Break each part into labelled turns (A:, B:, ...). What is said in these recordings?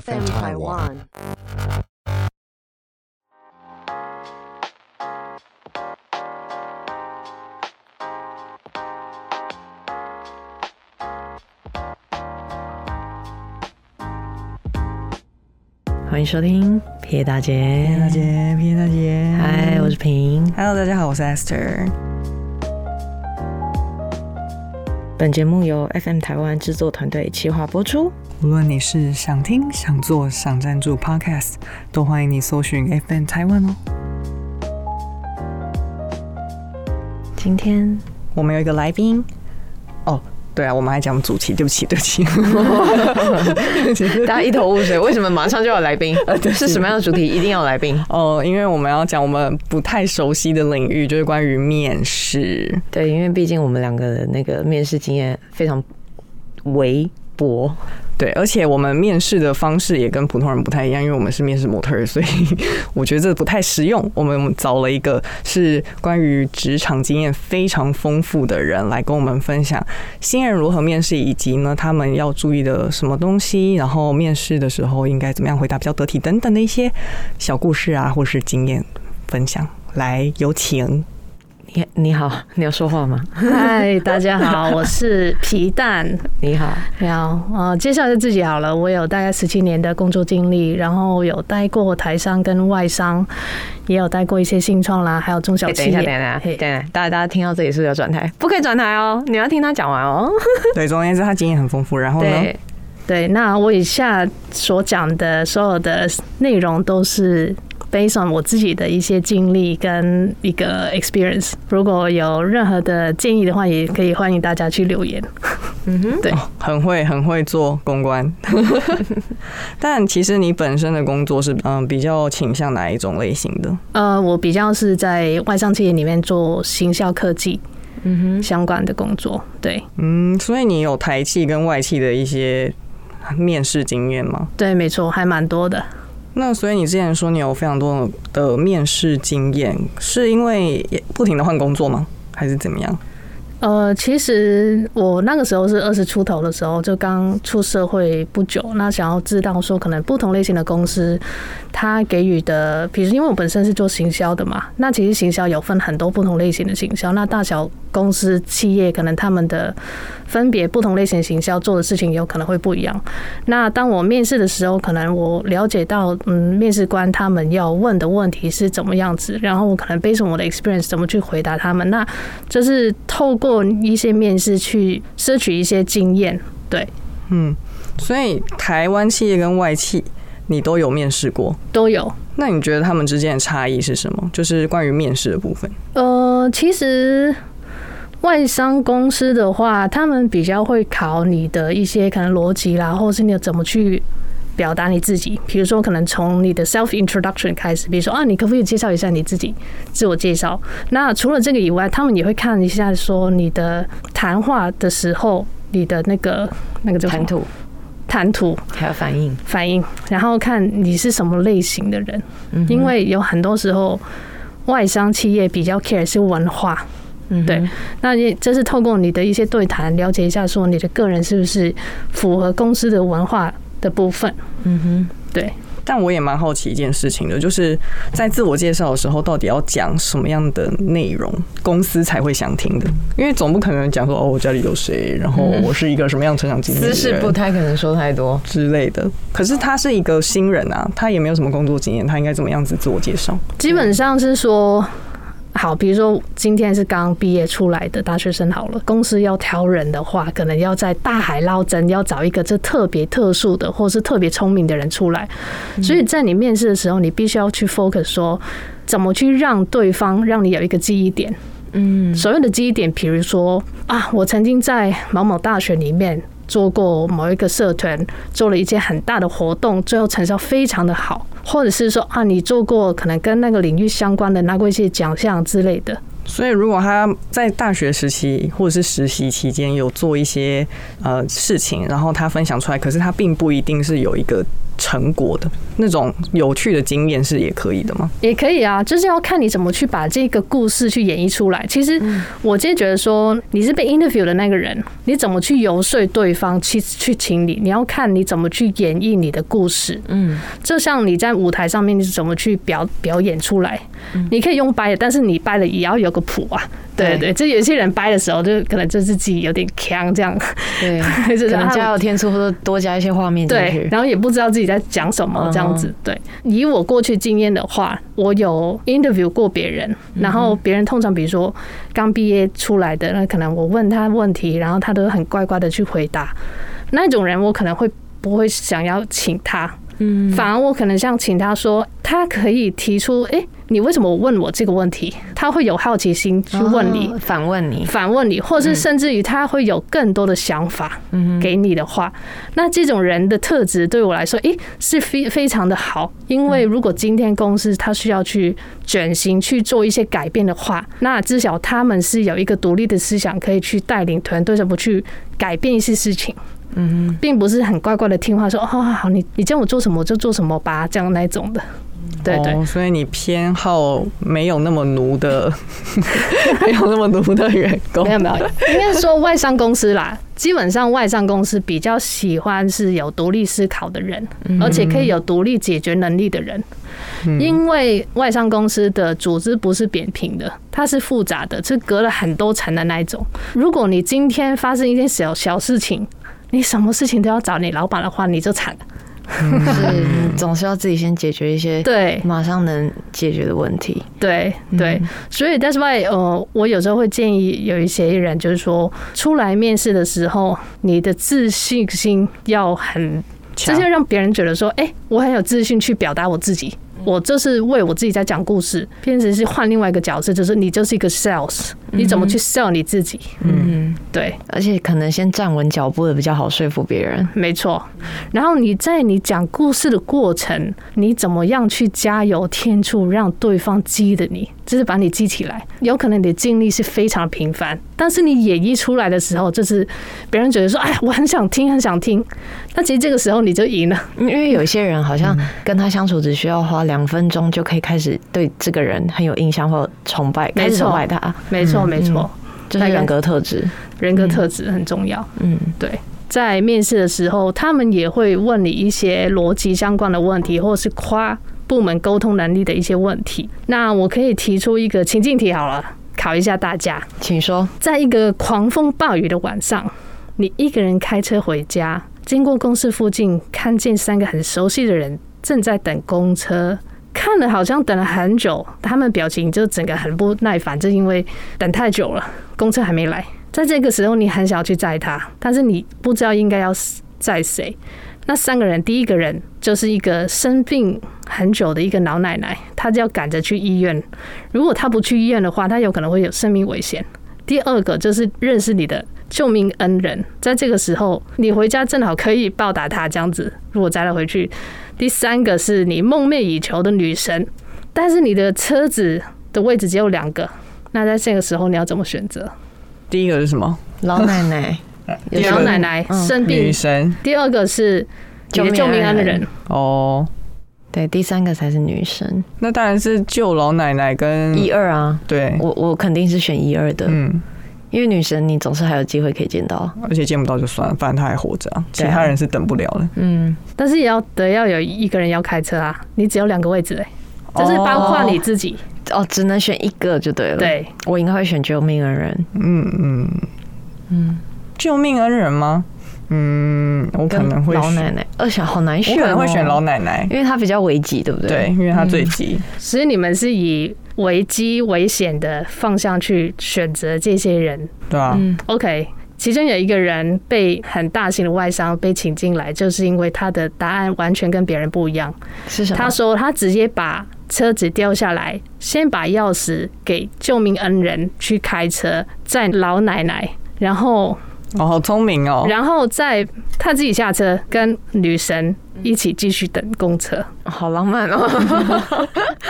A: FM Taiwan.
B: 欢迎收听撇大姐，
C: 大，姐，皮大姐，
B: 嗨，我是平。
C: Hello，大家好，我是 Esther。
B: 本节目由 FM 台湾制作团队企划播出。
C: 无论你是想听、想做、想赞助 Podcast，都欢迎你搜寻 FN 台湾哦。
B: 今天
C: 我们有一个来宾，哦，对啊，我们还讲主题，对不起，对不起，
B: 大家一头雾水，为什么马上就要来 宾？呃是什么样的主题一定要来宾？
C: 哦，因为我们要讲我们不太熟悉的领域，就是关于面试。
B: 对，因为毕竟我们两个的那个面试经验非常微薄，
C: 对，而且我们面试的方式也跟普通人不太一样，因为我们是面试模特儿，所以 我觉得这不太实用。我们找了一个是关于职场经验非常丰富的人来跟我们分享新人如何面试，以及呢他们要注意的什么东西，然后面试的时候应该怎么样回答比较得体等等的一些小故事啊，或是经验分享。来，有请。
B: 你你好，你要说话吗？
D: 嗨，哎大家好，我是皮蛋。
B: 你好，
D: 然后呃，介绍一下自己好了。我有大概十七年的工作经历，然后有待过台商跟外商，也有待过一些新创啦，还有中小
B: 哎等
D: 企
B: 一
D: 业。
B: 下，等一下，等
D: 嘿
B: 一下，大家大家听到这里是不是要转台？不可以转台哦，你要听他讲完哦。
C: 对，总而言之，他经验很丰富。然 后呢，
D: 对对，那我以下所讲的所有的内容都是 based on 我自己的一些经历跟一个 experience。如果有任何的建议的话，也可以欢迎大家去留言。
B: 嗯
C: 哦很会很会做公关，但其实你本身的工作是嗯比较倾向哪一种类型的？
D: 呃，我比较是在外商企业里面做行销科技。
B: 嗯哼，
D: 相关的工作。对
C: 嗯，所以你有台企跟外企的一些面试经验吗？
D: 对，没错，还蛮多的。
C: 那所以你之前说你有非常多的面试经验，是因为也不停的换工作吗？还是怎么样？
D: 呃，其实我那个时候是二十出头的时候，就刚出社会不久，那想要知道说，可能不同类型的公司，它给予的，比如因为我本身是做行销的嘛，那其实行销有分很多不同类型的行销，那大小公司企业可能他们的分别不同类型行销做的事情有可能会不一样。那当我面试的时候，可能我了解到，嗯，面试官他们要问的问题是怎么样子，然后我可能 based on 我的 experience 怎么去回答他们。那就是透过一些面试去摄取一些经验。对，
C: 嗯，所以台湾企业跟外企你都有面试过，
D: 都有。
C: 那你觉得他们之间的差异是什么？就是关于面试的部分。
D: 呃，其实外商公司的话，他们比较会考你的一些可能逻辑啦，或是你怎么去。表达你自己，比如说可能从你的 self introduction 开始，比如说啊，你可不可以介绍一下你自己，自我介绍？那除了这个以外，他们也会看一下说你的谈话的时候，你的那个那个叫什
B: 谈
D: 么
B: 吐
D: 谈吐
B: 还有反应，
D: 反应，然后看你是什么类型的人，
B: 嗯哼
D: 因为有很多时候外商企业比较 care 是文化，
B: 嗯哼
D: 对那也这是透过你的一些对谈，了解一下说你的个人是不是符合公司的文化的部分。
B: 嗯哼，
D: 对，
C: 但我也蛮好奇一件事情的，就是在自我介绍的时候，到底要讲什么样的内容，公司才会想听的？因为总不可能讲说哦，我家里有谁，然后我是一个什么样的成长经历的
B: 姿势
C: 人
B: 不太可能说太多。
C: 之类的。可是他是一个新人啊，他也没有什么工作经验，他应该怎么样子自我介绍？
D: 基本上是说，好，比如说今天是刚毕业出来的大学生好了，公司要挑人的话，可能要在大海捞针，要找一个这特别特殊的或是特别聪明的人出来。所以在你面试的时候，你必须要去 focus 说，怎么去让对方让你有一个记忆点。
B: 嗯
D: 所谓的记忆点，比如说啊，我曾经在某某大学里面做过某一个社团，做了一件很大的活动，最后成效非常的好，或者是说啊，你做过可能跟那个领域相关的，拿过一些奖项之类的。
C: 所以如果他在大学时期或者是实习期间有做一些呃事情，然后他分享出来，可是他并不一定是有一个成果的那种有趣的经验是也可以的吗？
D: 也可以啊，就是要看你怎么去把这个故事去演绎出来。其实我今天觉得说，你是被 interview 的那个人，你怎么去游说对方去去请你，你要看你怎么去演绎你的故事。
B: 嗯，
D: 就像你在舞台上面，你是怎么去表表演出来？
B: 嗯
D: 你可以用掰的，但是你掰的也要有个谱啊。对
B: 对
D: 对，这有些人掰的时候，就可能就自己有点腔这样，
B: 对，
D: 就是
B: 可
D: 他
B: 能
D: 们
B: 加油添醋或者多加一些画面进
D: 对
B: 去，。嗯
D: 然后也不知道自己在讲什么这样子。对，以我过去经验的话，我有 interview 过别人，
B: 嗯
D: 然后别人通常比如说刚毕业出来的，那可能我问他问题，然后他都很乖乖的去回答，那种人我可能会不会想要请他，
B: 嗯，
D: 反而我可能像请他说，他可以提出，诶，你为什么问我这个问题？他会有好奇心去问你。
B: 哦反问 你，
D: 反问你，或是甚至于他会有更多的想法给你的话，那这种人的特质对我来说，诶、是非非常的好。因为嗯如果今天公司他需要去转型去做一些改变的话，那至少他们是有一个独立的思想，可以去带领团队怎么去改变一些事情。嗯，并不是很乖乖的听话说，哦，好，你你叫我做什么我就做什么吧，这样那一种的。对对，
C: 哦，所以你偏好没有那么奴的，没有那么奴的员工
D: 没。有没有，应该说外商公司啦，基本上外商公司比较喜欢是有独立思考的人，而且可以有独立解决能力的人，因为外商公司的组织不是扁平的，它是复杂的，是隔了很多层的那一种。如果你今天发生一件小小事情，你什么事情都要找你老板的话，你就惨了。
B: 是你总是要自己先解决一些
D: 对，
B: 马上能解决的问题。
D: 对对，所以 that's why 呃，我有时候会建议有一些人，就是说出来面试的时候，你的自信心要很，
C: 强
D: 就是要让别人觉得说，哎、我很有自信去表达我自己。我就是为我自己在讲故事，变成是换另外一个角色，就是你就是一个 sales，你怎么去 sell 你自己？
B: 嗯，
D: 对，
B: 而且可能先站稳脚步的比较好说服别人。
D: 没错。然后你在你讲故事的过程，你怎么样去加油添醋，让对方激的你，就是把你激起来。有可能你的经历是非常平凡，但是你演绎出来的时候，就是别人觉得说：“哎，我很想听，很想听。”那其实这个时候你就赢了。
B: 因为有些人好像跟他相处只需要花两分钟就可以开始对这个人很有印象或崇拜，
D: 没错
B: 开始崇拜他，
D: 没错，没错，
B: 这是人格特质。
D: 人格特质很重要。
B: 嗯，
D: 对。在面试的时候，他们也会问你一些逻辑相关的问题，或者是夸部门沟通能力的一些问题。那我可以提出一个情境题好了，考一下大家。
B: 请说。
D: 在一个狂风暴雨的晚上，你一个人开车回家，经过公司附近，看见三个很熟悉的人正在等公车，看了好像等了很久，他们表情就整个很不耐烦，就因为等太久了，公车还没来。在这个时候，你很想要去载他，但是你不知道应该要载谁。那三个人，第一个人就是一个生病很久的一个老奶奶，她就要赶着去医院。如果她不去医院的话，她有可能会有生命危险。第二个就是认识你的救命恩人，在这个时候你回家正好可以报答他这样子。如果摘了回去，第三个是你梦寐以求的女神，但是你的车子的位置只有两个，那在这个时候你要怎么选择？
C: 第一个是什么？
B: 老奶 奶，有
C: 第
B: 时
C: 二
B: 候
D: 老
C: 个
D: 奶奶生病
C: 女，神
D: 第二个是你的救命恩人，
C: 哦。
B: 对，第三个才是女生。
C: 那当然是救老奶奶跟
B: 一二啊，
C: 对，
B: 我我肯定是选一二的，
C: 嗯，
B: 因为女神你总是还有机会可以见到。
C: 而且见不到就算了，反正她还活着啊，其
B: 对啊
C: 他人是等不了的。
B: 嗯，
D: 但是也要得要有一个人要开车啊，你只有两个位置哎、就是包括你自己，
B: 哦，只能选一个就对了。，
D: 对，
B: 我应该会选救命恩人，
C: 嗯嗯嗯，救命恩人吗？嗯，我可
B: 跟
C: 能会
B: 老
C: 选，
B: 奶奶，而且好难选、
C: 我
B: 哦，
C: 可能会选老奶奶，
B: 因为她比较危急，对不对？
C: 对，，因为她最急。
D: 所以你们是以危机、危险的方向去选择这些人。
C: 对啊，
B: 嗯
D: OK，其中有一个人被很大型的外伤被请进来，就是因为他的答案完全跟别人不一样。
B: 是什么？
D: 他说他直接把车子掉下来，先把钥匙给救命恩人去开车，载老奶奶，然后
C: 哦，好聪明哦，
D: 然后再他自己下车，跟女神一起继续等公车。
B: 好浪漫哦。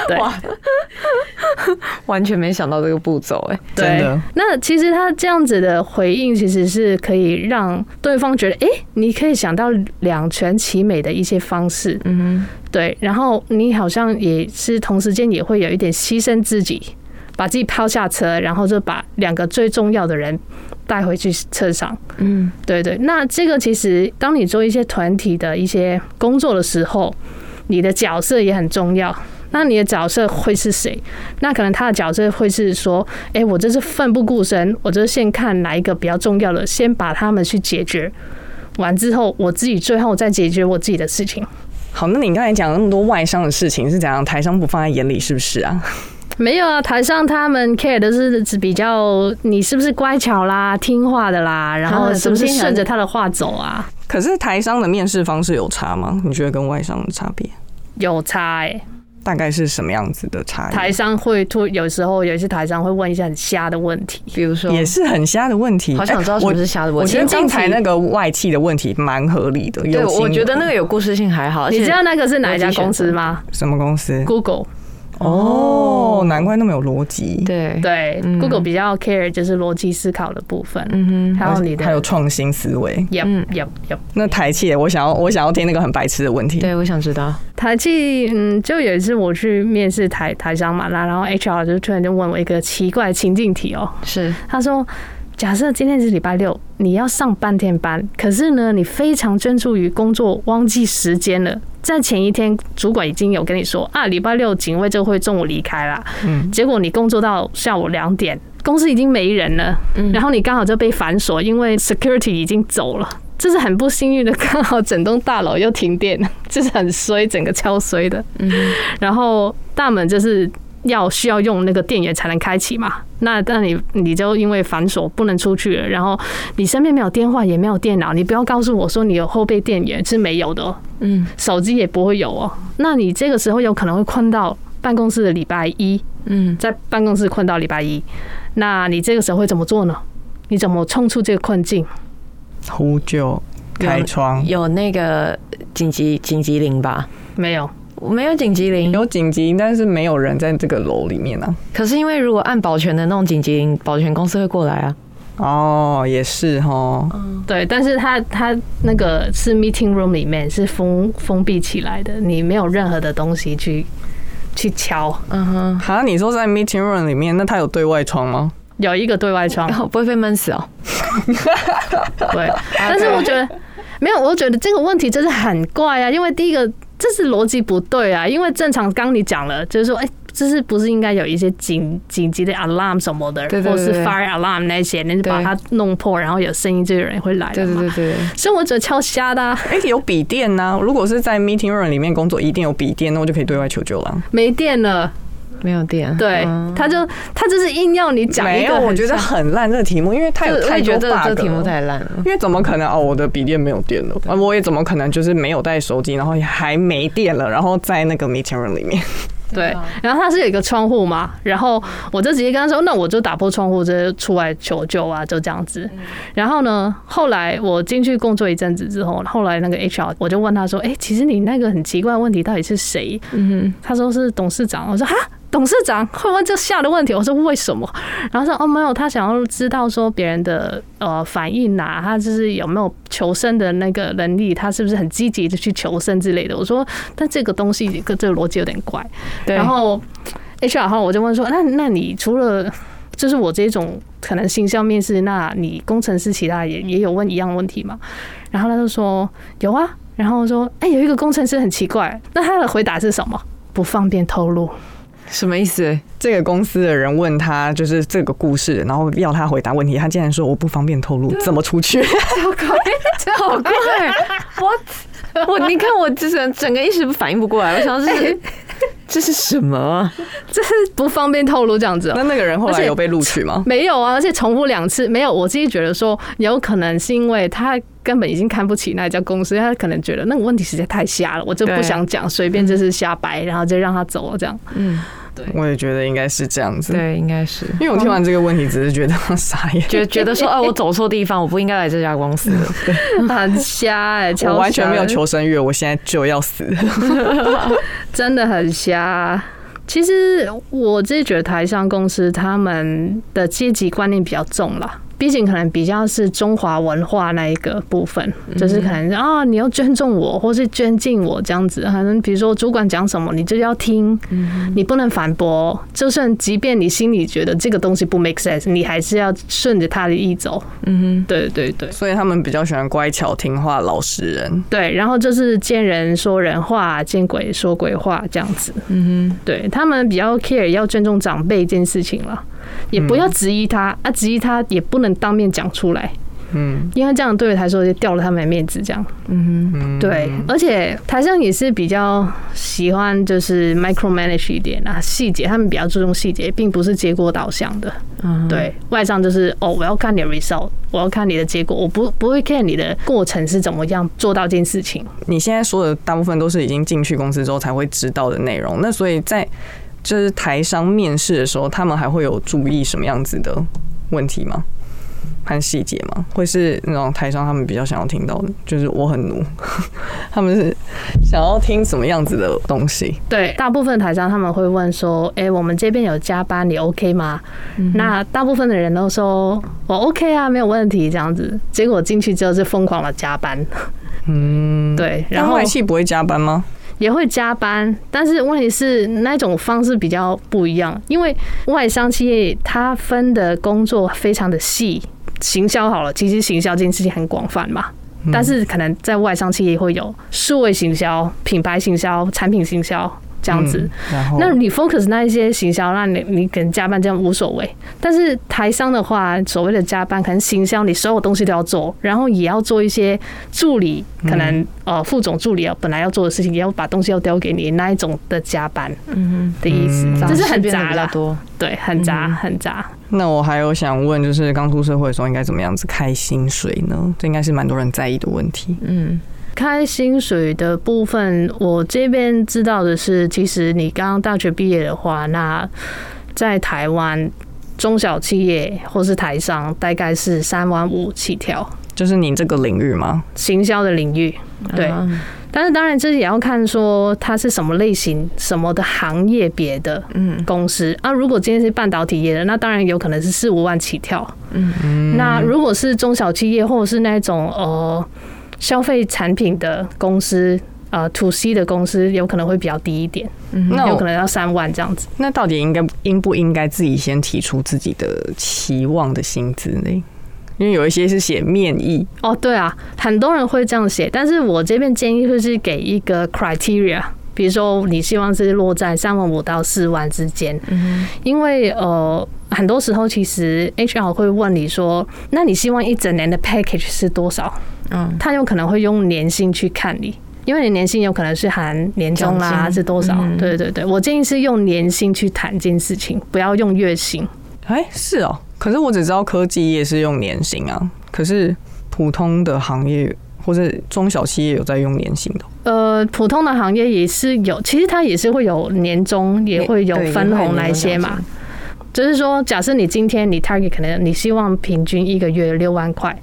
D: 对，
B: 完全没想到这个步骤哎、
C: 真
D: 对
C: 的，
D: 那其实他这样子的回应，其实是可以让对方觉得，诶，你可以想到两全其美的一些方式，
B: 嗯
D: 对。然后你好像也是同时间也会有一点牺牲自己，把自己抛下车，然后就把两个最重要的人带回去车上。
B: 嗯
D: 对对，那这个其实当你做一些团体的一些工作的时候，你的角色也很重要。那你的角色会是谁？那可能他的角色会是说，诶，我这是奋不顾身，我就是先看哪一个比较重要的，先把他们去解决。完之后，我自己最后再解决我自己的事情。
C: 好，那你刚才讲了那么多外商的事情是怎样？台商不放在眼里是不是啊？
D: 没有啊，台上他们 care 的是指比较你是不是乖巧啦、听话的啦，然后
B: 啊
D: 是不是
B: 怎么听起来
D: 顺着他的话走啊？
C: 可是台商的面试方式有差吗？你觉得跟外商的差别
D: 有差诶。
C: 大概是什么样子的差
D: 台
C: 异？
D: 商会突有时候有一些台商会问一些很瞎的问题，
B: 比如说，
C: 也是很瞎的问题，
B: 好想知道
C: 哎
B: 什
C: 我
B: 么是瞎的
C: 我
B: 问题。
C: 觉得
B: 这样
C: 刚才那个外企的问题蛮合理的，
B: 对，
C: 有心哦
B: 我觉得那个有故事性还好，而且
D: 你知道那个是哪一家公司吗
C: 什么公司
D: ？Google，
B: 嗯
C: 哦，难怪那么有逻辑，
B: 对，
D: 对、
B: 嗯
D: g o o g l e 比较 care 就是逻辑思考的部分，
B: 嗯哼，
D: 还有你的，
C: 还有创新思维。
D: yep
B: 嗯
D: yep yep。
C: 那台企的，我想要我想要听那个很白痴的问题，
B: 对，我想知道，
D: 台记，嗯，就有一次我去面试台台商嘛，那然后 HR 就突然就问我一个奇怪的情境题哦，
B: 是
D: 他说。假设今天是礼拜六，你要上半天班，可是呢，你非常专注于工作，忘记时间了。在前一天，主管已经有跟你说啊，礼拜六警卫就会中午离开啦。
C: 嗯，
D: 结果你工作到下午两点，公司已经没人了，
B: 嗯
D: 然后你刚好就被反锁，因为 security 已经走了。这是很不幸运的，刚好整栋大楼又停电了，这是很衰，整个超衰的。
B: 嗯哼
D: 然后大门就是要需要用那个电源才能开启嘛。那那你你就因为反锁不能出去了，然后你身边没有电话也没有电脑，你不要告诉我说你有后备电源是没有的哦，
B: 嗯
D: 手机也不会有哦。那你这个时候有可能会困到办公室的礼拜一，
B: 嗯
D: 在办公室困到礼拜一，那你这个时候会怎么做呢？你怎么冲出这个困境？
C: 呼救开窗
B: 嗯，有那个紧急紧急铃吧？
D: 没有，
B: 没有紧急铃，
C: 有紧急，但是没有人在这个楼里面啊。
B: 可是因为如果按保全的那种紧急铃，保全公司会过来啊。
C: 哦，也是哦，
D: 对，但是它它那个是 meeting room 里面是封封闭起来的，你没有任何的东西去去敲，
B: 嗯哼，
C: 好，你说在 meeting room 里面，那它有对外窗吗？
D: 有一个对外 窗
B: 然，后不会被闷死哦。
D: 对，
B: 啊
D: 但是我觉得没有，我觉得这个问题真是很怪啊，因为第一个这是逻辑不对啊，因为正常刚你讲了，就是说，哎、这是不是应该有一些紧紧急的 alarm 什么的，
B: 对对
D: 或是
B: 对
D: fire alarm 那些，那就把它弄破，然后有声音就有人会来了嘛。
B: 对，
D: 所以我觉得超瞎的啊、
C: 哎、有笔电呐、如果是在 meeting room 里面工作，一定有笔电，那我就可以对外求救了。
D: 没电了，
B: 没有电。
D: 对，
B: 嗯
D: 他就他就是硬要你讲
C: 没
D: 一
C: 有，
D: 个很像，
C: 我觉得很烂这个题目，因为它有
B: 就我
C: 太
B: 也觉
C: 多 bug
B: 得
C: 了
B: 这题目太烂了。
C: 因为怎么可能哦？我的笔电没有电了，啊，我也怎么可能就是没有带手机，然后还没电了，然后在那个 meeting room 里面，
D: 对，然后他是有一个窗户嘛，然后我就直接跟他说，哦那我就打破窗户，就出来求救啊，就这样子。然后呢，后来我进去工作一阵子之后，后来那个 HR 我就问他说，哎、其实你那个很奇怪的问题到底是谁？
B: 嗯
D: 他说是董事长，我说哈。董事长会问这下的问题，我说为什么？ 然后说哦没有，他想要知道说别人的呃反应啊，他就是有没有求生的那个能力，他是不是很积极的去求生之类的。我说，但这个东西跟这个逻辑有点怪。
B: 哼，对。
D: 然后 HR 后我就问说，那那你除了就是我这种可能形象面试，那你工程师其他也也有问一样问题吗？然后他就说有啊，然后我说哎、有一个工程师很奇怪，那他的回答是什么？不方便透露。
B: 什么意思？
C: 这个公司的人问他就是这个故事，然后要他回答问题，他竟然说我不方便透露，怎么出去？
B: 好怪，这好怪！What？我你看我之前整个一时反应不过来，我 想这是这是什么啊？
D: 这是 不方便透露这样子、
C: 那
D: 哦。
C: 那个人后
D: 而
C: 来
D: 且
C: 有被录取吗？
D: 没有啊，而且重复两次没有。我自己觉得说，有可能是因为他根本已经看不起那家公司，他可能觉得那个问题实在太瞎了，我就不
B: 对
D: 想讲，随便就是瞎掰，然后就让他走了这样。
B: 嗯，
C: 我也觉得应该是这样子。
B: 对，应该是。
C: 因为我听完这个问题，只是觉得 傻眼，
B: 觉觉得说，哦，我走错地方，我不应该来这家 公司。
D: 很瞎哎、超瞎
C: 我完全没有求生欲，我现在就要死。
D: 真的很瞎、其实我自己觉得台商公司他们的阶级观念比较重啦。毕竟可能比较是中华文化那一个部分，就是可
C: 嗯
D: 能啊，你要尊重我，或是尊敬我这样子。可能比如说主管讲什么，你就要听，
C: 嗯
D: 你不能反驳。就算即便你心里觉得这个东西不 make sense，你还是要顺着他的意走。
B: 嗯
D: 对对对
C: 所以他们比较喜欢乖巧、听话、老实人。
D: 对，然后就是见人说人话，见鬼说鬼话这样子。
B: 哼，嗯
D: 对他们比较 care 要尊重长辈这件事情了，也
B: 嗯
D: 不要质疑他、啊，质疑他也不能当面讲出来，
C: 嗯
D: 因为这样对于台说就掉了他们的面子。这样
B: 哼，嗯哼，
C: 嗯，
D: 对，而且台上也是比较喜欢就是 micromanage 一点啊，细节他们比较注重细节，并不是结果导向的。
B: 嗯，
D: 对外商就是哦，我要看你的 result，我要看你的结果，我不不会看你的过程是怎么样做到这件事情。
C: 你现在说的大部分都是已经进去公司之后才会知道的内容。那所以在就是台商面试的时候，他们还会有注意什么样子的问题吗？和细节吗？会是那种台商他们比较想要听到的，就是我很奴， 他们是想要听什么样子的东西？
D: 对，大部分台商他们会问说：“哎、我们这边有加班，你 OK 吗？”那大部分的人都说：“我 OK 啊，没有问题。”这样子，结果进去之后是疯狂的加班，
C: 嗯，。
D: 对，然
C: 然
D: 后
C: 外企不会加班吗？
D: 也会加班，但是问题是那种方式比较不一样，因为外商企业它分的工作非常的细，行销好了，其实行销这件事情很广泛嘛。但是可能在外商企业会有数位行销、品牌行销、产品行销这样子，
C: 嗯然
B: 哦
C: 后
D: 那你 focus 那一些行销，那你你可能加班这样无所谓。但是台商的话，所谓的加班，可能行销你所有东西都要做，然后也要做一些助理，可能、
B: 嗯
D: 呃副总助理啊本来要做的事情，也要把东西要丢给你那一种的加班
B: 嗯
D: 的意思，
C: 嗯
B: 哼，
D: 这是
B: 杂事
D: 很
B: 变得
D: 杂
B: 比较
D: 啦，
B: 多，
D: 对，很杂、
B: 嗯
D: 很杂。
C: 那我还有想问，就是刚出社会的时候应该怎么样子开薪水呢？这应该是蛮多人在意的问题。
B: 嗯
D: 开薪水的部分，我这边知道的是，其实你刚刚大学毕业的话，那在台湾中小企业或是台商大概是三万五起跳，
C: 就是你这个领域吗？
D: 行销的领域。对
B: 啊
D: 但是当然，这也要看说它是什么类型、什么的行业别的
B: 嗯
D: 公司啊。如果今天是半导体业的，那当然有可能是四五万起跳。
B: 嗯
D: 那如果是中小企业或者是那种呃消费产品的公司，呃 to C 的公司，有可能会比较低一点，
B: 嗯
C: 那
D: 有
C: 我
D: 可能要三万这样子。
C: 那到底应该应不应该自己先提出自己的期望的薪资呢？因为有一些是写面议，
D: 哦，对啊，很多人会这样写，但是我这边建议就是给一个 criteria。比如说，你希望是落在三万五到四万之间，
B: 嗯
D: 因为呃，很多时候其实 HR 会问你说，那你希望一整年的 package 是多少？
B: 嗯
D: 他有可能会用年薪去看你，因为你年薪有可能是含年终
B: 奖
D: 啦
B: 金
D: 是多少。
B: 嗯
D: 对对对，我建议是用年薪去谈这件事情，不要用月薪。
C: 哎、是哦。可是我只知道科技业是用年薪啊，可是普通的行业或是中小企业有在用年薪的哦。
D: 呃，普通的行业也是有，其实它也是会有年终，也会有
B: 对
D: 分
B: 也会有
D: 红那
B: 年终
D: 些嘛
B: 奖。
D: 就是说，假设你今天你 target 可能你希望平均一个月六万块，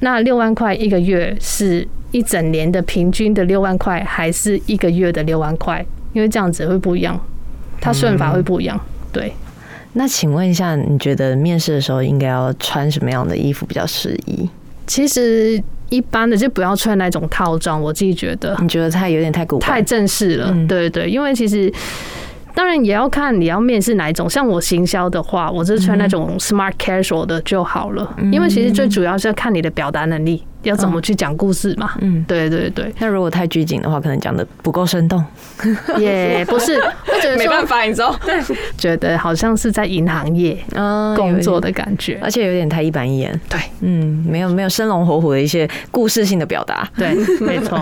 D: 那六万块一个月是一整年的平均的六万块，还是一个月的六万块？因为这样子会不一样，它算
B: 嗯
D: 法会不一样。对，
A: 那请问一下，你觉得面试的时候应该要穿什么样的衣服比较适宜？
D: 其实一般的就不要穿那种套装，我自己觉得
A: 你觉得太有点太古板
D: 太正式了。
A: 嗯
D: 对对，因为其实。当然也要看你要面试哪一种，像我行销的话，我就是穿那种
A: 嗯
D: smart casual 的就好了，因为其实最主要是要看你的表达能力，要怎么去讲故事嘛。
A: 嗯，
D: 对对 对，
A: 那如果太拘谨的话，可能讲的不够生动。
D: 也不是，我觉得说
C: 法，你知道？
D: 觉得好像是在银行业
A: 嗯，
D: 工作
A: 的，
D: 的感觉。
A: 而且有点太一板一眼。
D: 对，
A: 嗯，没有没有生龙活虎的一些故事性的表达。
D: 对，没错，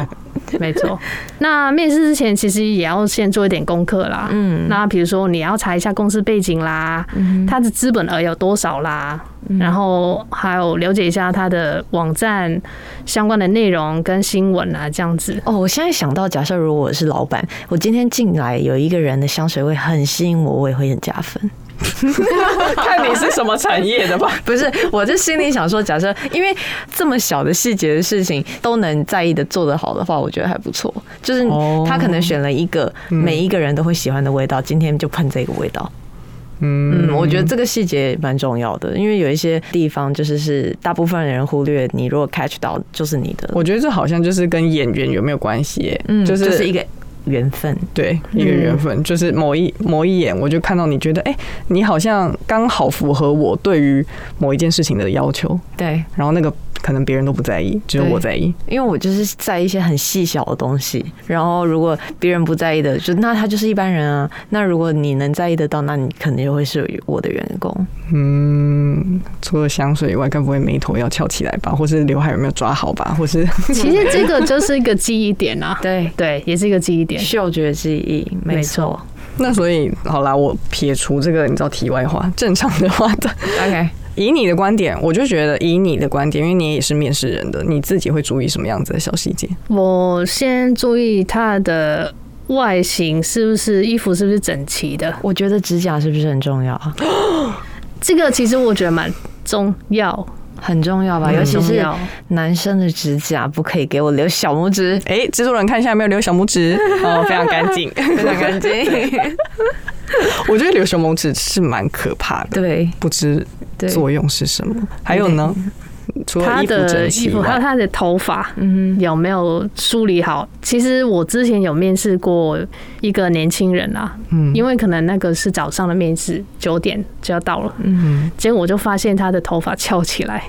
D: 没错。那面试之前其实也要先做一点功课啦。
A: 嗯，
D: 那比如说你要查一下公司背景啦，它的资本额有多少啦，然后还有了解一下它的网站相关的内容跟新闻啊，这样子。
A: 哦，我现在想到，假设如果我是老板，我今天进来有一个人的香水味很吸引我，我也会很加分。
C: 看你是什么产业的吧。
A: 不是，我就心里想说，假设因为这么小的细节的事情都能在意的做得好的话，我觉得还不错。就是
C: 哦
A: 他可能选了一个每一个人都会喜欢的味道，今天就喷这个味道。
C: 嗯
A: 嗯，我觉得这个细节也蛮重要的，因为有一些地方就是是大部分人忽略，你如果 catch 到就是你的，
C: 我觉得这好像就是跟演员有没有关系耶、
A: 嗯，
C: 就是
A: 一个缘分。
C: 对一个缘分，就是某一某一眼我就看到你觉得，哎、你好像刚好符合我对于某一件事情的要求，
A: 对，
C: 然后那个可能别人都不在意，只有
A: 对
C: 我在意。
A: 因为我就是在意一些很细小的东西，然后如果别人不在意的，就那他就是一般人啊。那如果你能在意得到，那你肯定就会是我的员工。
C: 嗯，除了香水以外，该不会眉头要翘起来吧，或是刘海有没有抓好吧，或是
D: 其实这个就是一个记忆点啊，
A: 对，
D: 对，也是一个记忆点。
A: 嗅觉记忆，没
D: 没
A: 错
D: 错。
C: 那所以好啦，我撇除这个你知道题外话，正常的话，
A: OK，
C: 以你的观点，我就觉得以你的观点，因为你也是面试人的，你自己会注意什么样子的小细节？，
D: 我先注意它的外形是不是衣服是不是整齐的，
A: 我觉得指甲是不是很重要啊？
D: 这个其实我觉得蛮重要，
A: 很重要吧，
D: 蛮
A: 尤其
D: 重
A: 是
D: 要
A: 男生的指甲不可以给我留小拇指
C: 哎、制作人看一下有没有留小拇指，哦，非常干净。
A: 非常干净。
C: 我觉得留小拇指是蛮可怕的，
A: 对
C: 不知
A: 对，
C: 作用是什么。还有呢，除了
D: 他
C: 衣服
D: 的
C: 整
D: 衣
C: 齐以
D: 服还有
C: 外，
D: 他的头发
A: 嗯
D: 有没有梳理好？其实我之前有面试过一个年轻人啊，
C: 嗯
D: 因为可能那个是早上的面试，九点就要到了，
C: 嗯，
D: 结果我就发现他的头发翘起来，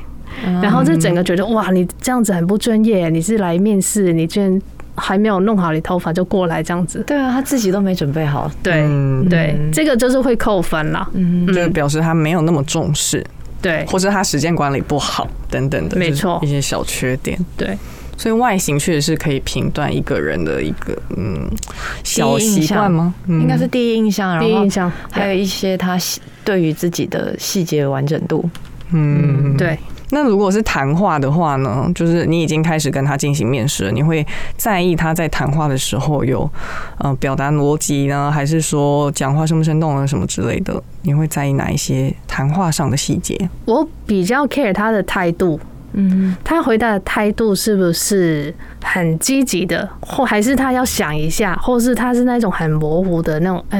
A: 嗯
D: 然后这整个觉得哇，你这样子很不专业，你是来面试，你居然还没有弄好你头发就过来这样子
A: 哼，，对啊，他自己都没准备好。
D: 对、
C: 嗯
D: 对，这个就是会扣分啦，
A: 嗯，
C: 就是表示他没有那么重视，
D: 对
C: 或者他时间管理不好等等的，
D: 没错
C: 就是一些小缺点。
D: 对，
C: 所以外形确实是可以评断一个人的一个嗯小
A: 第一印
C: 习
A: 象
C: 惯吗？嗯
A: 应该是第一印象，然
D: 第一
A: 后
D: 印象，
A: 还有一些他细对于自己的细节完整度。
C: 嗯
D: 对。对
C: 那如果是谈话的话呢，就是你已经开始跟他进行面试了，你会在意他在谈话的时候有呃表达逻辑呢，还是说讲话生不生动啊什么之类的？你会在意哪一些谈话上的细节？
D: 我比较 care 他的态度，
A: 嗯，
D: 他回答的态度是不是很积极的，或还是他要想一下，或是他是那种很模糊的那种，呃、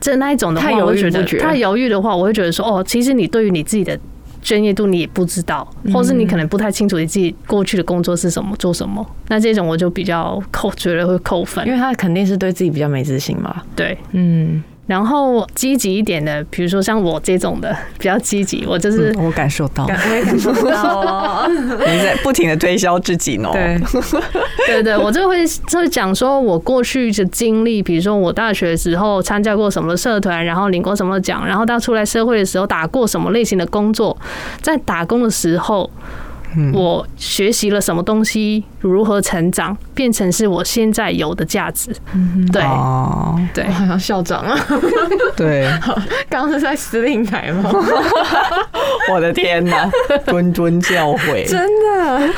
D: 这那一种的话，
A: 太犹
D: 我
A: 豫
D: 会觉得
A: 不决
D: 他犹豫的话，我会觉得说，哦，其实你对于你自己的专业度你也不知道，或
A: 嗯
D: 是你可能不太清楚你自己过去的工作是什么，做什么，那这种我就比较扣，觉得会扣分
A: 因，为他肯定是对自己比较没自信嘛。
D: 对。
A: 嗯，
D: 然后积极一点的，比如说像我这种的比较积极，我就是、
C: 嗯我感受到
A: 我也感受到哦。
C: 你在不停的推销自己 呢。
A: 对，
D: 对对，我就会就会讲说我过去的经历，比如说我大学的时候参加过什么社团，然后领过什么奖，然后到出来社会的时候打过什么类型的工作，在打工的时候。我学习了什么东西，如何成长，变成是我现在有的价值。对
C: 哦，
D: 对，
A: 好像校长啊，
C: 对，
A: 刚刚是在司令台吗？
C: 我的天哪，谆谆教 诲，
A: 真的，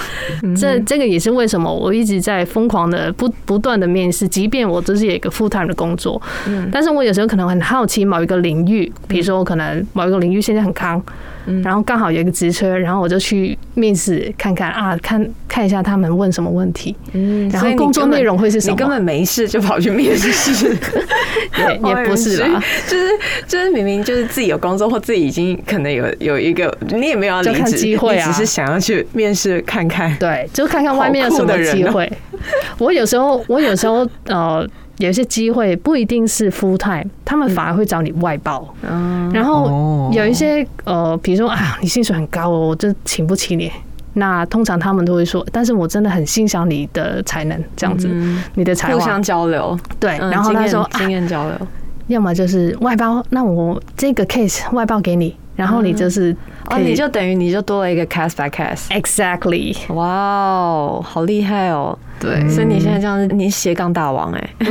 A: 嗯
D: 这这个也是为什么我一直在疯狂的不不断的面试，即便我这是有一个 full time 的工作，
A: 嗯
D: 但是我有时候可能很好奇某一个领域，比如说我可能某一个领域现在很康，
A: 嗯
D: 然后刚好有一个职缺，然后我就去面试看看啊，看看一下他们问什么问题，
A: 嗯
D: 然后工作内容会是什
A: 你根
D: 么？
A: 本没事就跑去面试， 哦
D: 也也不是啦，，
A: 就是就是明明就是自己有工作或自己已经可能有有一个，你也没有要离
D: 就看
A: 职，
D: 机会啊
A: 你只是想要去面试看看。
D: 对，就看看外面有什么机会。
A: 啊
D: 我有时候，我有时候呃，有一些机会不一定是 full time，他们反而会找你外包。
A: 嗯
D: 然
C: 哦
D: 后有一些呃，比如说啊，你薪水很高哦，我就请不起你。那通常他们都会说，但是我真的很欣赏你的才能，这样子，你的
A: 嗯
D: 才
A: 互
D: 华
A: 相。交流，
D: 对，
A: 嗯
D: 然后他
A: 经验
D: 说啊
A: 经，验交流，
D: 要么就是外包，那我这个 case 外包给你，然后你就是
A: 哦，
D: 可以
A: 你就等于你就多了一个 cast by cast。
D: exactly
A: 哇哦，好厉害哦！
D: 对
A: 所以你现在这样子，你斜杠大王
D: 欸
A: 哎、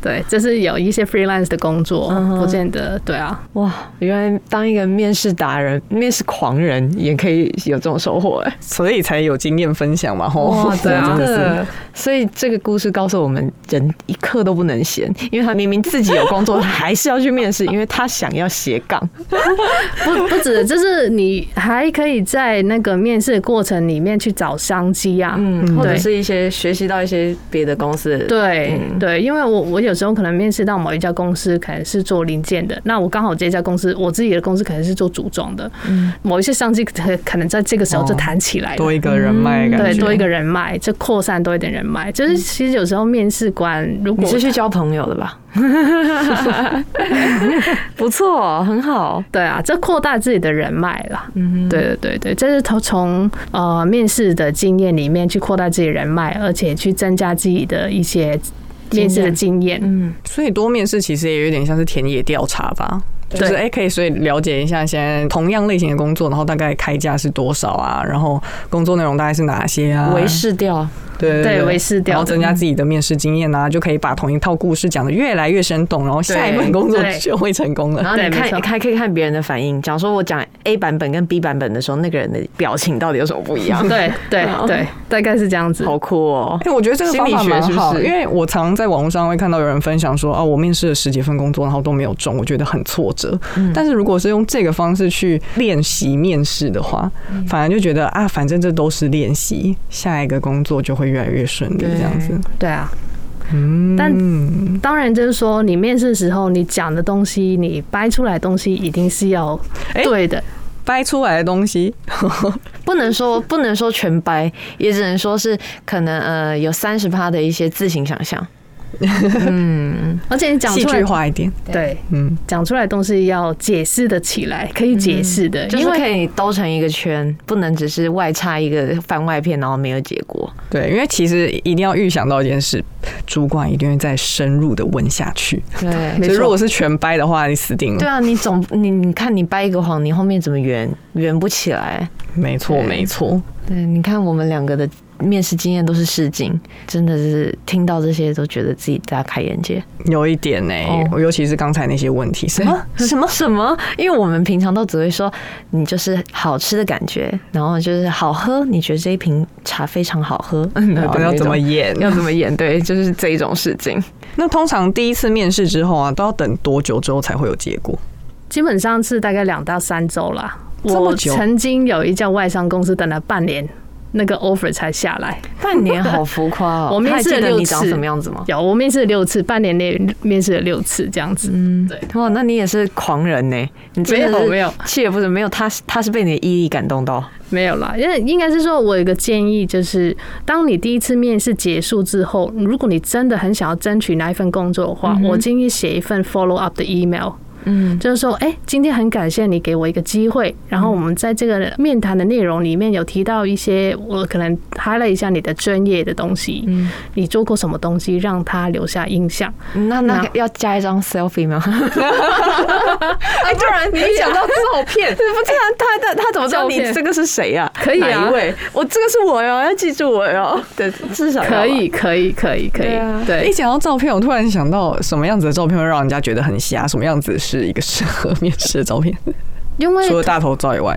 D: 对，就是有一些 freelance 的工作，
A: 嗯
D: 不见得对啊。
A: 哇，原来当一个面试达人、面试狂人也可以有这种收获哎、
C: 所以才有经验分享嘛，吼，
D: 哇对 啊
C: 真的是。
A: 的，所以这个故事告诉我们，人一刻都不能闲，因为他明明自己有工作，他还是要去面试，因为他想要斜杠。
D: 不不止，就是你还可以在那个面试的过程里面去找商机啊。
A: 嗯，或者
D: 对
A: 是一些学习到一些别的公司，，
D: 对、
A: 嗯
D: 对，因为我我有时候可能面试到某一家公司，可能是做零件的，那我刚好这家公司我自己的公司可能是做组装的，某一些商机可可能在这个时候就
C: 哦
D: 谈起来了。
C: 多一个人脉的感觉，
D: 对，多一个人脉，就扩散多一点人脉。就是其实有时候面试官如果
A: 你是去交朋友的 吧？不错，很好。
D: 对啊，这扩大自己的人脉啦。嗯，对对对对，这是从从呃面试的经验里面去扩大自己的人脉，而且去增加自己的一些面试的经验。
A: 嗯，
C: 所以多面试其实也有点像是田野调查吧，就是哎、诶可以所以了解一下现在同样类型的工作，然后大概开价是多少啊，然后工作内容大概是哪些啊，
A: 维视掉，
C: 对
D: 对维持
C: 然
D: 掉
C: 后
D: 的
C: 增加自己的面试经验啊，就可以把同一套故事讲得越来越生动，然后下一份工作
D: 对
C: 就会成功
A: 然
C: 了。
A: 后你
D: 对
A: 看
D: 没，错
A: 还可以看别人的反应。假如说我讲 A 版本跟 B 版本的时候，那个人的表情到底有什么不一 样？
D: 对对对，大概是这样子。
A: 好酷哦！
C: 哎、我觉得这个方法
A: 心理学
C: 蛮
A: 是不
C: 好，
A: 是
C: 因为我常在网络上会看到有人分享说，啊，我面试了十几份工作，然后都没有中，我觉得很挫折。
A: 嗯
C: 但是如果是用这个方式去练习面试的话，
A: 嗯
C: 反而就觉得啊，反正这都是练习，下一个工作就会越来越顺利，这样子。
D: 对啊，
C: 嗯，
D: 但当然就是说，你面试的时候，你讲的东西，你掰出来的东西，一定是要
C: 哎
D: 对的。
C: 掰出来的东西，
A: 不能说 不能说全掰，也只能说是可能呃有三十趴的一些自行想象。
D: 而且你讲
C: 戏
D: 出
C: 剧
D: 来，
C: 化一点。
D: 对，
C: 嗯，
D: 讲出来的东西要解释的起来，可以解释
C: 嗯
D: 的，
A: 就是
D: 因为
A: 可以兜成一个圈，不能只是外插一个番外篇，然后没有结果。
C: 对，因为其实一定要预想到一件事，主管一定会再深入的问下去。
A: 对
C: 所以如果是全掰的话，你死定 了。
A: 对啊，你总你你看你掰一个谎，你后面怎么圆圆不起来？
C: 没错，没错。
A: 对，你看我们两个的面试经验都是试镜，真的是听到这些都觉得自己大开眼界。
C: 有一点呢、欸
A: 哦
C: 尤其是刚才那些问题，什 么
A: 啊什么什么？因为我们平常都只会说你就是好吃的感觉，然后就是好喝，你觉得这一瓶茶非常好 喝，然后
C: 要怎么
A: 那种
C: 演？
A: 要怎么演？对，就是这一种事情。
C: 那通常第一次面试之后啊，都要等多久之后才会有结果？
D: 基本上是大概两到三周啦。
C: 这么
D: 我
C: 久
D: 曾经有一家外商公司等了半年，那个 offer 才下来。！
A: 半年好浮夸哦
D: 我面
A: 他还
D: 试
A: 记
D: 了
A: 得
D: 六
A: 你长
D: 次
A: 什么样子吗？
D: 有，我面试了六次，半年内面试了六次这样子。
C: 嗯
A: 哇，那你也是狂人呢、你真的
D: 没有
A: 是
D: 没有
A: 锲而不舍，没有他是，他是被你的毅力感动到。
D: 没有啦，因为应该是说，我有一个建议，就是当你第一次面试结束之后，如果你真的很想要争取那一份工作的话，我建议写一份 follow up 的 email。嗯，就是说，哎、今天很感谢你给我一个机会，然后我们在这个面谈的内容里面有提到一些，我可能 highlight 一下你的专业的东西，嗯，你做过什么东西让他留下印象，
A: 那那
D: 那
A: 要加一张 selfie 吗？
C: 哎、突然你讲到照 片，
A: 不是啊，他他他怎么知道你
D: 照片
A: 这个是谁呀、啊？
D: 可以啊
A: 哪一位？我这个是我哟，要记住我哟。对，至少要吧
D: 可。以，可以，可以，可以，
A: 对啊
D: 对
C: 一，讲到照片，我突然想到什么样子的照片会让人家觉得很瞎，什么样子是一个适合面试的照 片？
D: 因为
C: 除了大头照以外，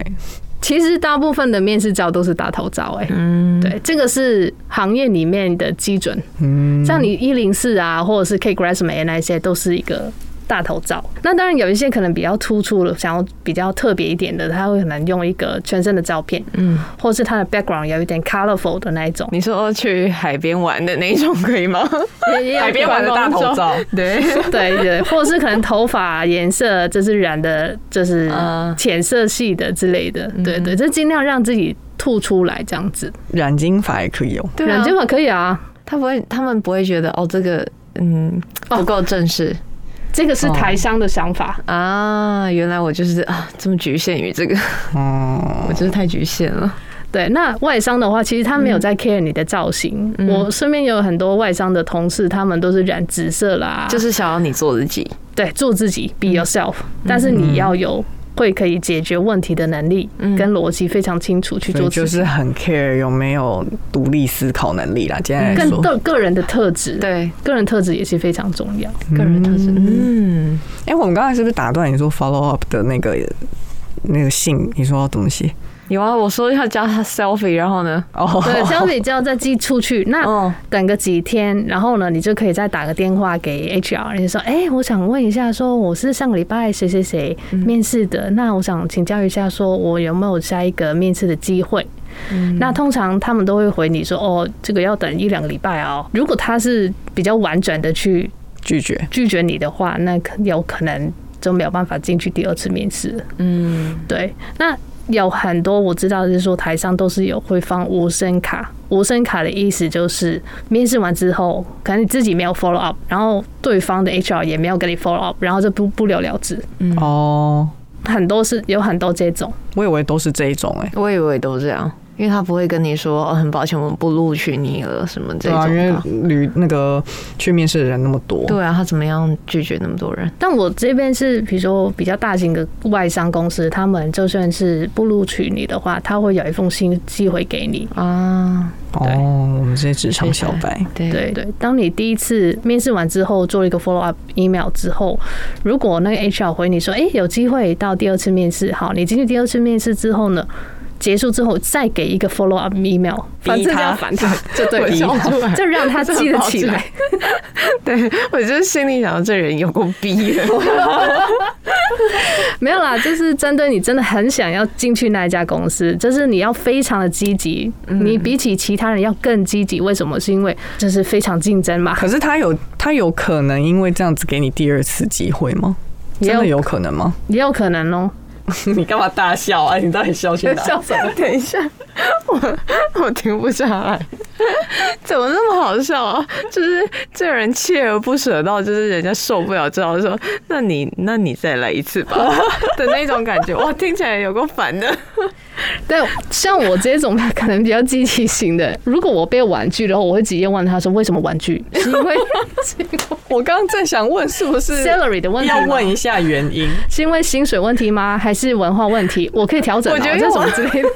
D: 其实大部分的面试照都是大头照、哎，嗯，对，这个是行业里面的基准，嗯，像你一零四啊，或者是 K Resume 那一些，都是一个大头照。那当然有一些可能比较突出的，想要比较特别一点的，他会可能用一个全身的照片，嗯，或是他的 background 有一点 colorful 的那一种，
A: 你说去海边玩的那一种可以吗？
D: 也也有
C: 海边玩的大头 照，
A: 对，
D: 对对，或者是可能头发颜色就是染的，就是
A: 嗯
D: 浅色系的之类的，对对，就尽量让自己吐出来这样子。
C: 染金发也可以哦。
A: 对
D: 染
A: 啊
D: 金，发可以啊，
A: 他不会，他们不会觉得哦，这个嗯
D: 哦
A: 不够正式、
D: 这个
C: 哦
D: 是台商的想法。
A: 啊。原来我就是啊，这么局限于这个，
C: 哦、
A: 我真是太局限了。
D: 对，那外商的话，其实他没有
C: 嗯
D: 在 care 你的造型。我身边有很多外商的同事，他们都是染紫色啦，
C: 嗯
A: 就是想要你做自己。
C: 嗯
D: 对，做自己，be yourself，、但是你要有会可以解决问题的能力
A: 嗯
D: 跟逻辑非常清楚去
C: 嗯所以
D: 做
C: 就
D: 事情，
C: 是很 care 有没有独立思考能力啦。简单来
D: 更
C: 说，
D: 个个人的特质，，
B: 对，
D: 个人特质也是非常重 要。
B: 个人特质，
A: 嗯，
C: 哎、我们刚才是不是打断你说 follow up 的那个那个信？你说要怎么写？
A: 有啊，我说要加他 selfie，然后呢？
C: 哦，
D: 对，相比较再寄出去，那
A: 哦
D: 等个几天，然后呢，你就可以再打个电话给 HR，你就说，哎、我想问一下，说我是上个礼拜谁谁谁面试的，那我想请教一下，说我有没有下一个面试的机会？那通常他们都会回你说，哦，这个要等一两个礼拜哦。如果他是比较婉转的去
C: 拒绝。
D: 拒绝你的话，那可有可能就没有办法进去第二次面试了。
B: 嗯，
D: 对，那有很多我知道的是说台上都是有会放无声卡，无声卡的意思就是面试完之后，可能你自己没有 follow up，然后对方的 HR 也没有跟你 follow up，然后就不不了了之。
C: 哦，
D: 很多是有很多这种，
C: 我以为都是这一种哎、
A: 我以为都这样，因为他不会跟你说哦，很抱歉，我们不录取你了什么这
C: 对
A: 种
C: 啊，因为
A: 的。
C: 旅那个去面试的人那么多，
A: 对啊，他怎么样拒绝那么多人？
D: 但我这边是比如说比较大型的外商公司，他们就算是不录取你的话，他会有一封信寄回给你。
A: 啊，
D: 对
C: 哦，我们这些职场小白，
A: 对
D: 对对，当你第一次面试完之后，做了一个 follow up email 之后，如果那个 HR 回你说，哎、有机会到第二次面试，好，你进去第二次面试之后呢，结束之后再给一个 follow up email，反正
C: 他
B: 反弹，
D: 就 对，
C: 逼他
D: 就让他记得 起来。
A: 对，我就是心里想到这人有够逼的。
D: 没有啦，就是针对你真的很想要进去那一家公司，就是你要非常的积极，
C: 嗯
D: 你比起其他人要更积极。为什么？是因为就是非常竞争嘛，
C: 可是他有他有可能因为这样子给你第二次机会吗？
D: 也
C: 真
D: 有
C: 的有可能吗？
D: 也有可能哦、
C: 你干嘛大笑啊？你到底笑 去哪？
A: 什么？等一下，我 我停不下来， 怎么那么好笑啊？就是这人锲而不舍到，就是人家受不了之后说：“那你那你再来一次 吧”的那种感觉。哇，听起来有够烦的。
D: 但像我这种可能比较积极型的，如果我被婉拒的话，我会直接问他说为什么婉 拒？是因为
C: 我刚刚正想问是不是
D: salary 的问题
C: 要
D: 吗？
C: 问一下原因？
D: 是因为薪水问题吗？还是文化问题？我可以调整、啊，
A: 我觉得
D: 这
A: 我
D: 什么之类的。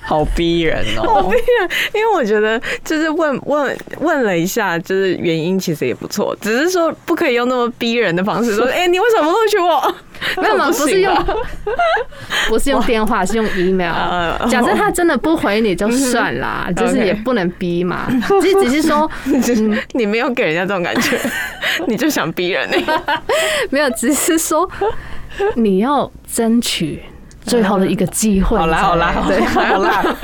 C: 好逼人哦！
A: 因为我觉得就是问问问了一下，就是原因其实也不错，只是说不可以用那么逼人的方式 说：“哎、你为什么不录取我？”
D: 没有嘛，不是
A: 行
D: 用
A: 吧
D: 不是用电话，是用 email
A: 啊。
D: 假设他真的不回你就算啦，就是也不能逼嘛， 只只是说嗯
A: 就是你没有给人家这种感觉， 你就想逼人、欸。
D: 没有，只是说你要争取最后的一个机会。
C: 好啦好啦好
D: 对
C: 啦。好啦，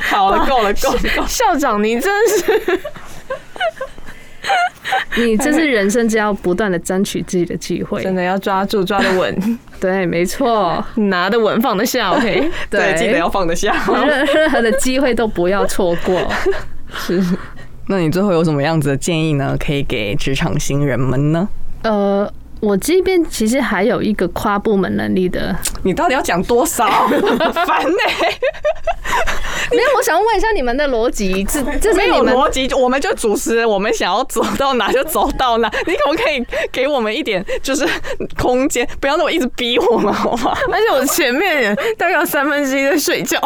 C: 好了够了够了够了！
A: 校长，你真是。
D: 你这是人生，只要不断的争取自己的机 会。
A: 真的要抓住，抓得稳，
D: 对，没错，
A: 拿得稳，放得下。OK，
C: 对，记得要放得下。
D: 任 任何的机会都不要错过。
C: 那你最后有什么样子的建议呢？可以给职场新人们呢？
D: 呃，我这边其实还有一个跨部门能力的，
C: 你到底要讲多少？烦欸呢、
D: 没有，我想问一下你们的逻辑， 这这
C: 没
D: 是你
C: 有
D: 们
C: 逻辑，我们就主持人，我们想要走到哪就走到哪。你可不可以给我们一点就是空间，不要那么一直逼我们好吗？
A: 而且我前面大概有三分之一在睡觉，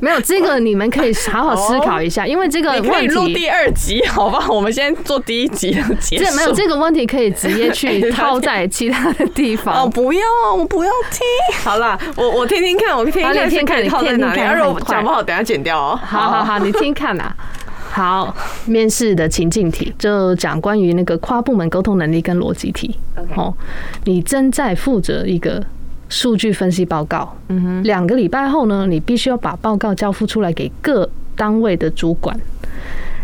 D: 没有这个，你们可以好好思考一下，因为这个
C: 你哎可以
D: 问
C: 录
D: 题。
C: 第二集，好吧？我们先做第一集的结束。
D: 这没有这个问题可以直接 去套在其他的地
C: 哦，
D: 方。
C: 不要，我不要听。
A: 好啦，我我听听看，我听听
D: 好
A: 看
D: 你
A: 是
D: 听看
A: 可以套在哪
D: 你
A: 里。
D: 听看
A: 要是我
D: 很快
A: 讲不好，等下剪掉哦。
D: 好好好，你听看啦。好，面试的情境题就讲关于那个跨部门沟通能力跟逻辑题。哦，你正在负责一个数据分析报告。嗯哼，两个礼拜后呢，你必须要把报告交付出来给各单位的主管。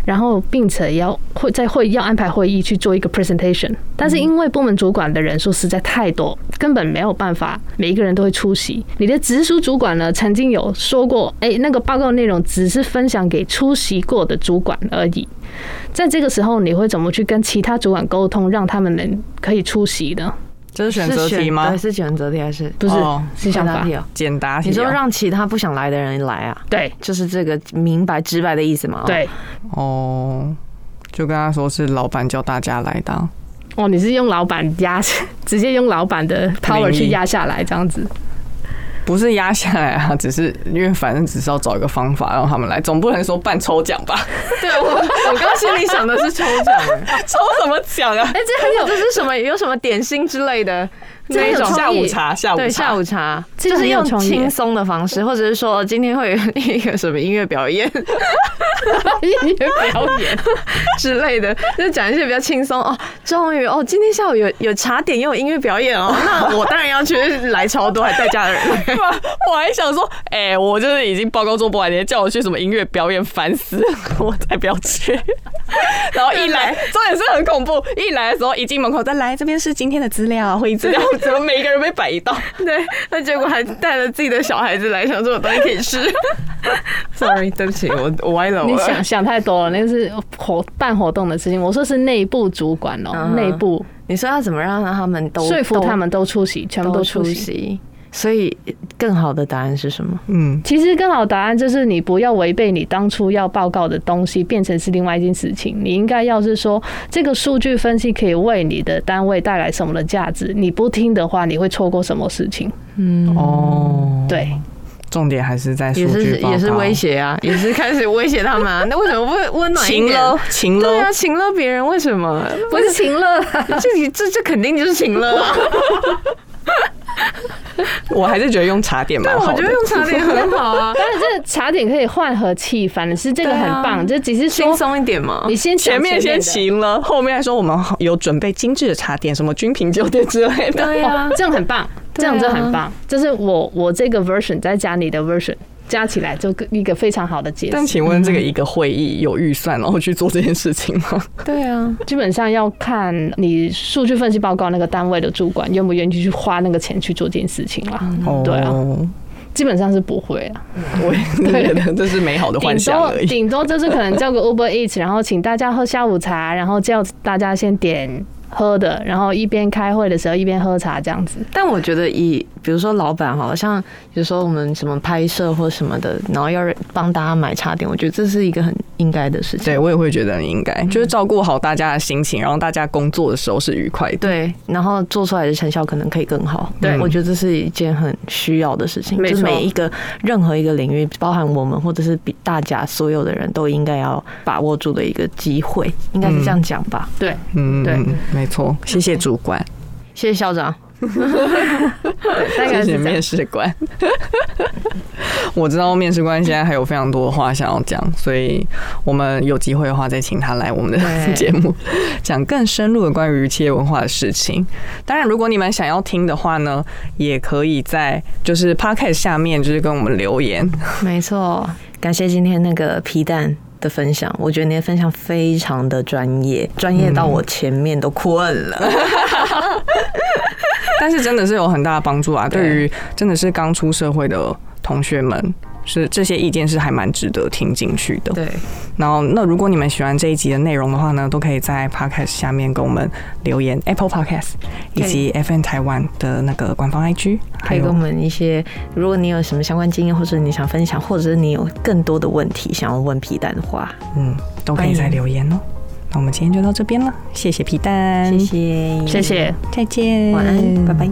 D: 然后，并且要会在会要安排会议去做一个 presentation，但是因为部门主管的人数实在太多，根本没有办法每一个人都会出席。你的直属主管呢，曾经有说过，哎，那个报告内容只是分享给出席过的主管而已。在这个时候，你会怎么去跟其他主管沟通，让他们能可以出席呢？
C: 这是选
A: 是
C: 择题吗
A: 对，？是选择题还是
D: 不是
C: 哦，
D: 是想法
A: 题哦？
C: 简答题、啊。
A: 你说让其他不想来的人来啊？
D: 对
A: 就是这个明白直白的意思嘛？哦，
D: 对，
C: 哦，就跟他说是老板叫大家来的啊、
D: 哦，你是用老板压， 直接用老板的 power
C: 名义
D: 去压下来这样子。
C: 不是压下来啊，只是因为反正只是要找一个方法让他们来，总不能说办抽奖吧？
A: 对我，我刚心里想的是抽 奖，
C: 抽什么奖啊？
D: 哎、这很有
A: 这是什么？有什么点心之类的
D: 这
A: 那
D: 很
A: 一
D: 有
A: 种
D: 创意
C: 下午茶，下午茶，
A: 对，下午茶
D: 这
A: 就
D: 个
A: 是
D: 很有
A: 用
D: 创意
A: 轻松的方式，或者是说今天会有一个什么音乐表演
D: 音乐 表演，
A: 之类的，就讲一些比较轻松哦。终于哦，今天下午有有茶点，也有音乐表演哦，那我当然要去来超多还带家人 来。
C: 对吧？我还想说，哎、我就是已经报告做不完，你还叫我去什么音乐表演，烦死了， 我才不要去。 然后一来，重点是很恐怖，一来的时候一进门口，再来这边是今天的资料，会议资料，怎么每一个人被摆一道？
A: 对，那结果还带了自己的小孩子来，想说有东西可以 吃。Sorry，对不起，我我歪了，
D: 你
A: 我
D: 想想太多了，那个是活办活动的事情。我说是内部主管哦、
A: 嗯哼
D: 内、部
A: 你说要怎么让他们都
D: 说服
A: 都
D: 他们都出席，全部
A: 都
D: 都出
A: 出
D: 席。
A: 席？所以更好的答案是什么？
C: 嗯，
D: 其实更好的答案就是你不要违背你当初要报告的东西，变成是另外一件事情。你应该要是说这个数据分析可以为你的单位带来什么的价值，你不听的话，你会错过什么事情？
C: 哦，
D: 对，
C: 重点还是在
A: 也是也是威。胁 啊，也是开始威胁他们 啊。那为什么不温暖一
C: 情
A: 点？
C: 了，情
A: 对
C: 了
A: 啊，，情了别人为什 么？
D: 不是情乐，
A: 这你这这肯定就是情了啊！
C: 我还是觉得用茶点 蛮
A: 啊我
C: 好
A: 觉
C: 的
A: 得。用茶点很好啊，
D: 但是这个茶点可以缓和气氛，是这个很棒。就只 是
A: 轻
D: 说
A: 松一点嘛。
D: 你先讲
C: 前面先
D: 的
C: 行了，后面还说我们有准备精致的茶点，什么军品酒店之类的。
A: 对啊
D: 哦，，这样很棒，这
A: 对啊
D: 样就很棒。就是我我这个 version 再加你的 version，加起来就一个非常好的解
C: 但
D: 释。
C: 请问这个一个会议有预算然后去做这件事情 吗？
A: 对啊，
D: 基本上要看你数据分析报告那个单位的主管愿不愿意去花那个钱去做这件事情啦。对啊
C: 哦
D: 基本上是不会啊，
C: 我也觉得这是美好的幻
D: 顶
C: 想
D: 多
C: 而
A: 啊
C: 已。
D: 顶多就是可能叫个 Uber Eats，然后请大家喝下午茶，然后叫大家先点。喝的，然后一边开会的时候一边喝茶，这样子。
A: 但我觉得以比如说老板好了，像有时候我们什么拍摄或什么的，然后要帮大家买茶点，我觉得这是一个很应该的事情。
C: 对，我也会觉得你应该就是照顾好大家的心情，然后大家工作的时候是愉快的。
A: 对，然后做出来的成效可能可以更好。
C: 对
A: 我觉得这是一件很需要的事情，
D: 没
A: 就是
D: 错
A: 每一个任何一个领域，包含我们或者是比大家所有的人都应该要把握住的一个机会，应该是这样讲吧。
D: 对，
C: 嗯，
D: 对
C: 嗯，没错。谢谢主管，
A: 谢谢校长，
D: 大
C: 谢
D: 概是这
C: 谢
D: 样。
C: 面试官。 我知道面试官现在还有非常多的话想要讲，所以我们有机会的话再请他来我们的
A: 对
C: 节目，讲更深入的关于企业文化的事情。当然，如果你们想要听的话呢，也可以在就是 podcast 下面就是跟我们留言，
A: 没错，感谢今天那个皮蛋。的分享，我觉得你的分享非常的专业，专业到我前面都困了。
C: 但是真的是有很大的帮助啊，
A: 对
C: 对于真的是刚出社会的同学们。是这些意见是还蛮值得听进去的。
A: 对，
C: 然后，那如果你们喜欢这一集的内容的话呢，都可以在 Podcast 下面跟我们留言，Apple Podcast 以及 FN 台湾的那个官方 IG，
A: 可
C: 还
A: 以跟我
C: 有
A: 们一些，如果你有什么相关经验，或者你想分享，或者是你有更多的问题想要问皮蛋的话，
C: 嗯，都可以再留言哦。那我们今天就到这边了，谢谢皮蛋，
A: 谢谢，
D: 谢谢。
C: 再见，
A: 晚安，拜拜。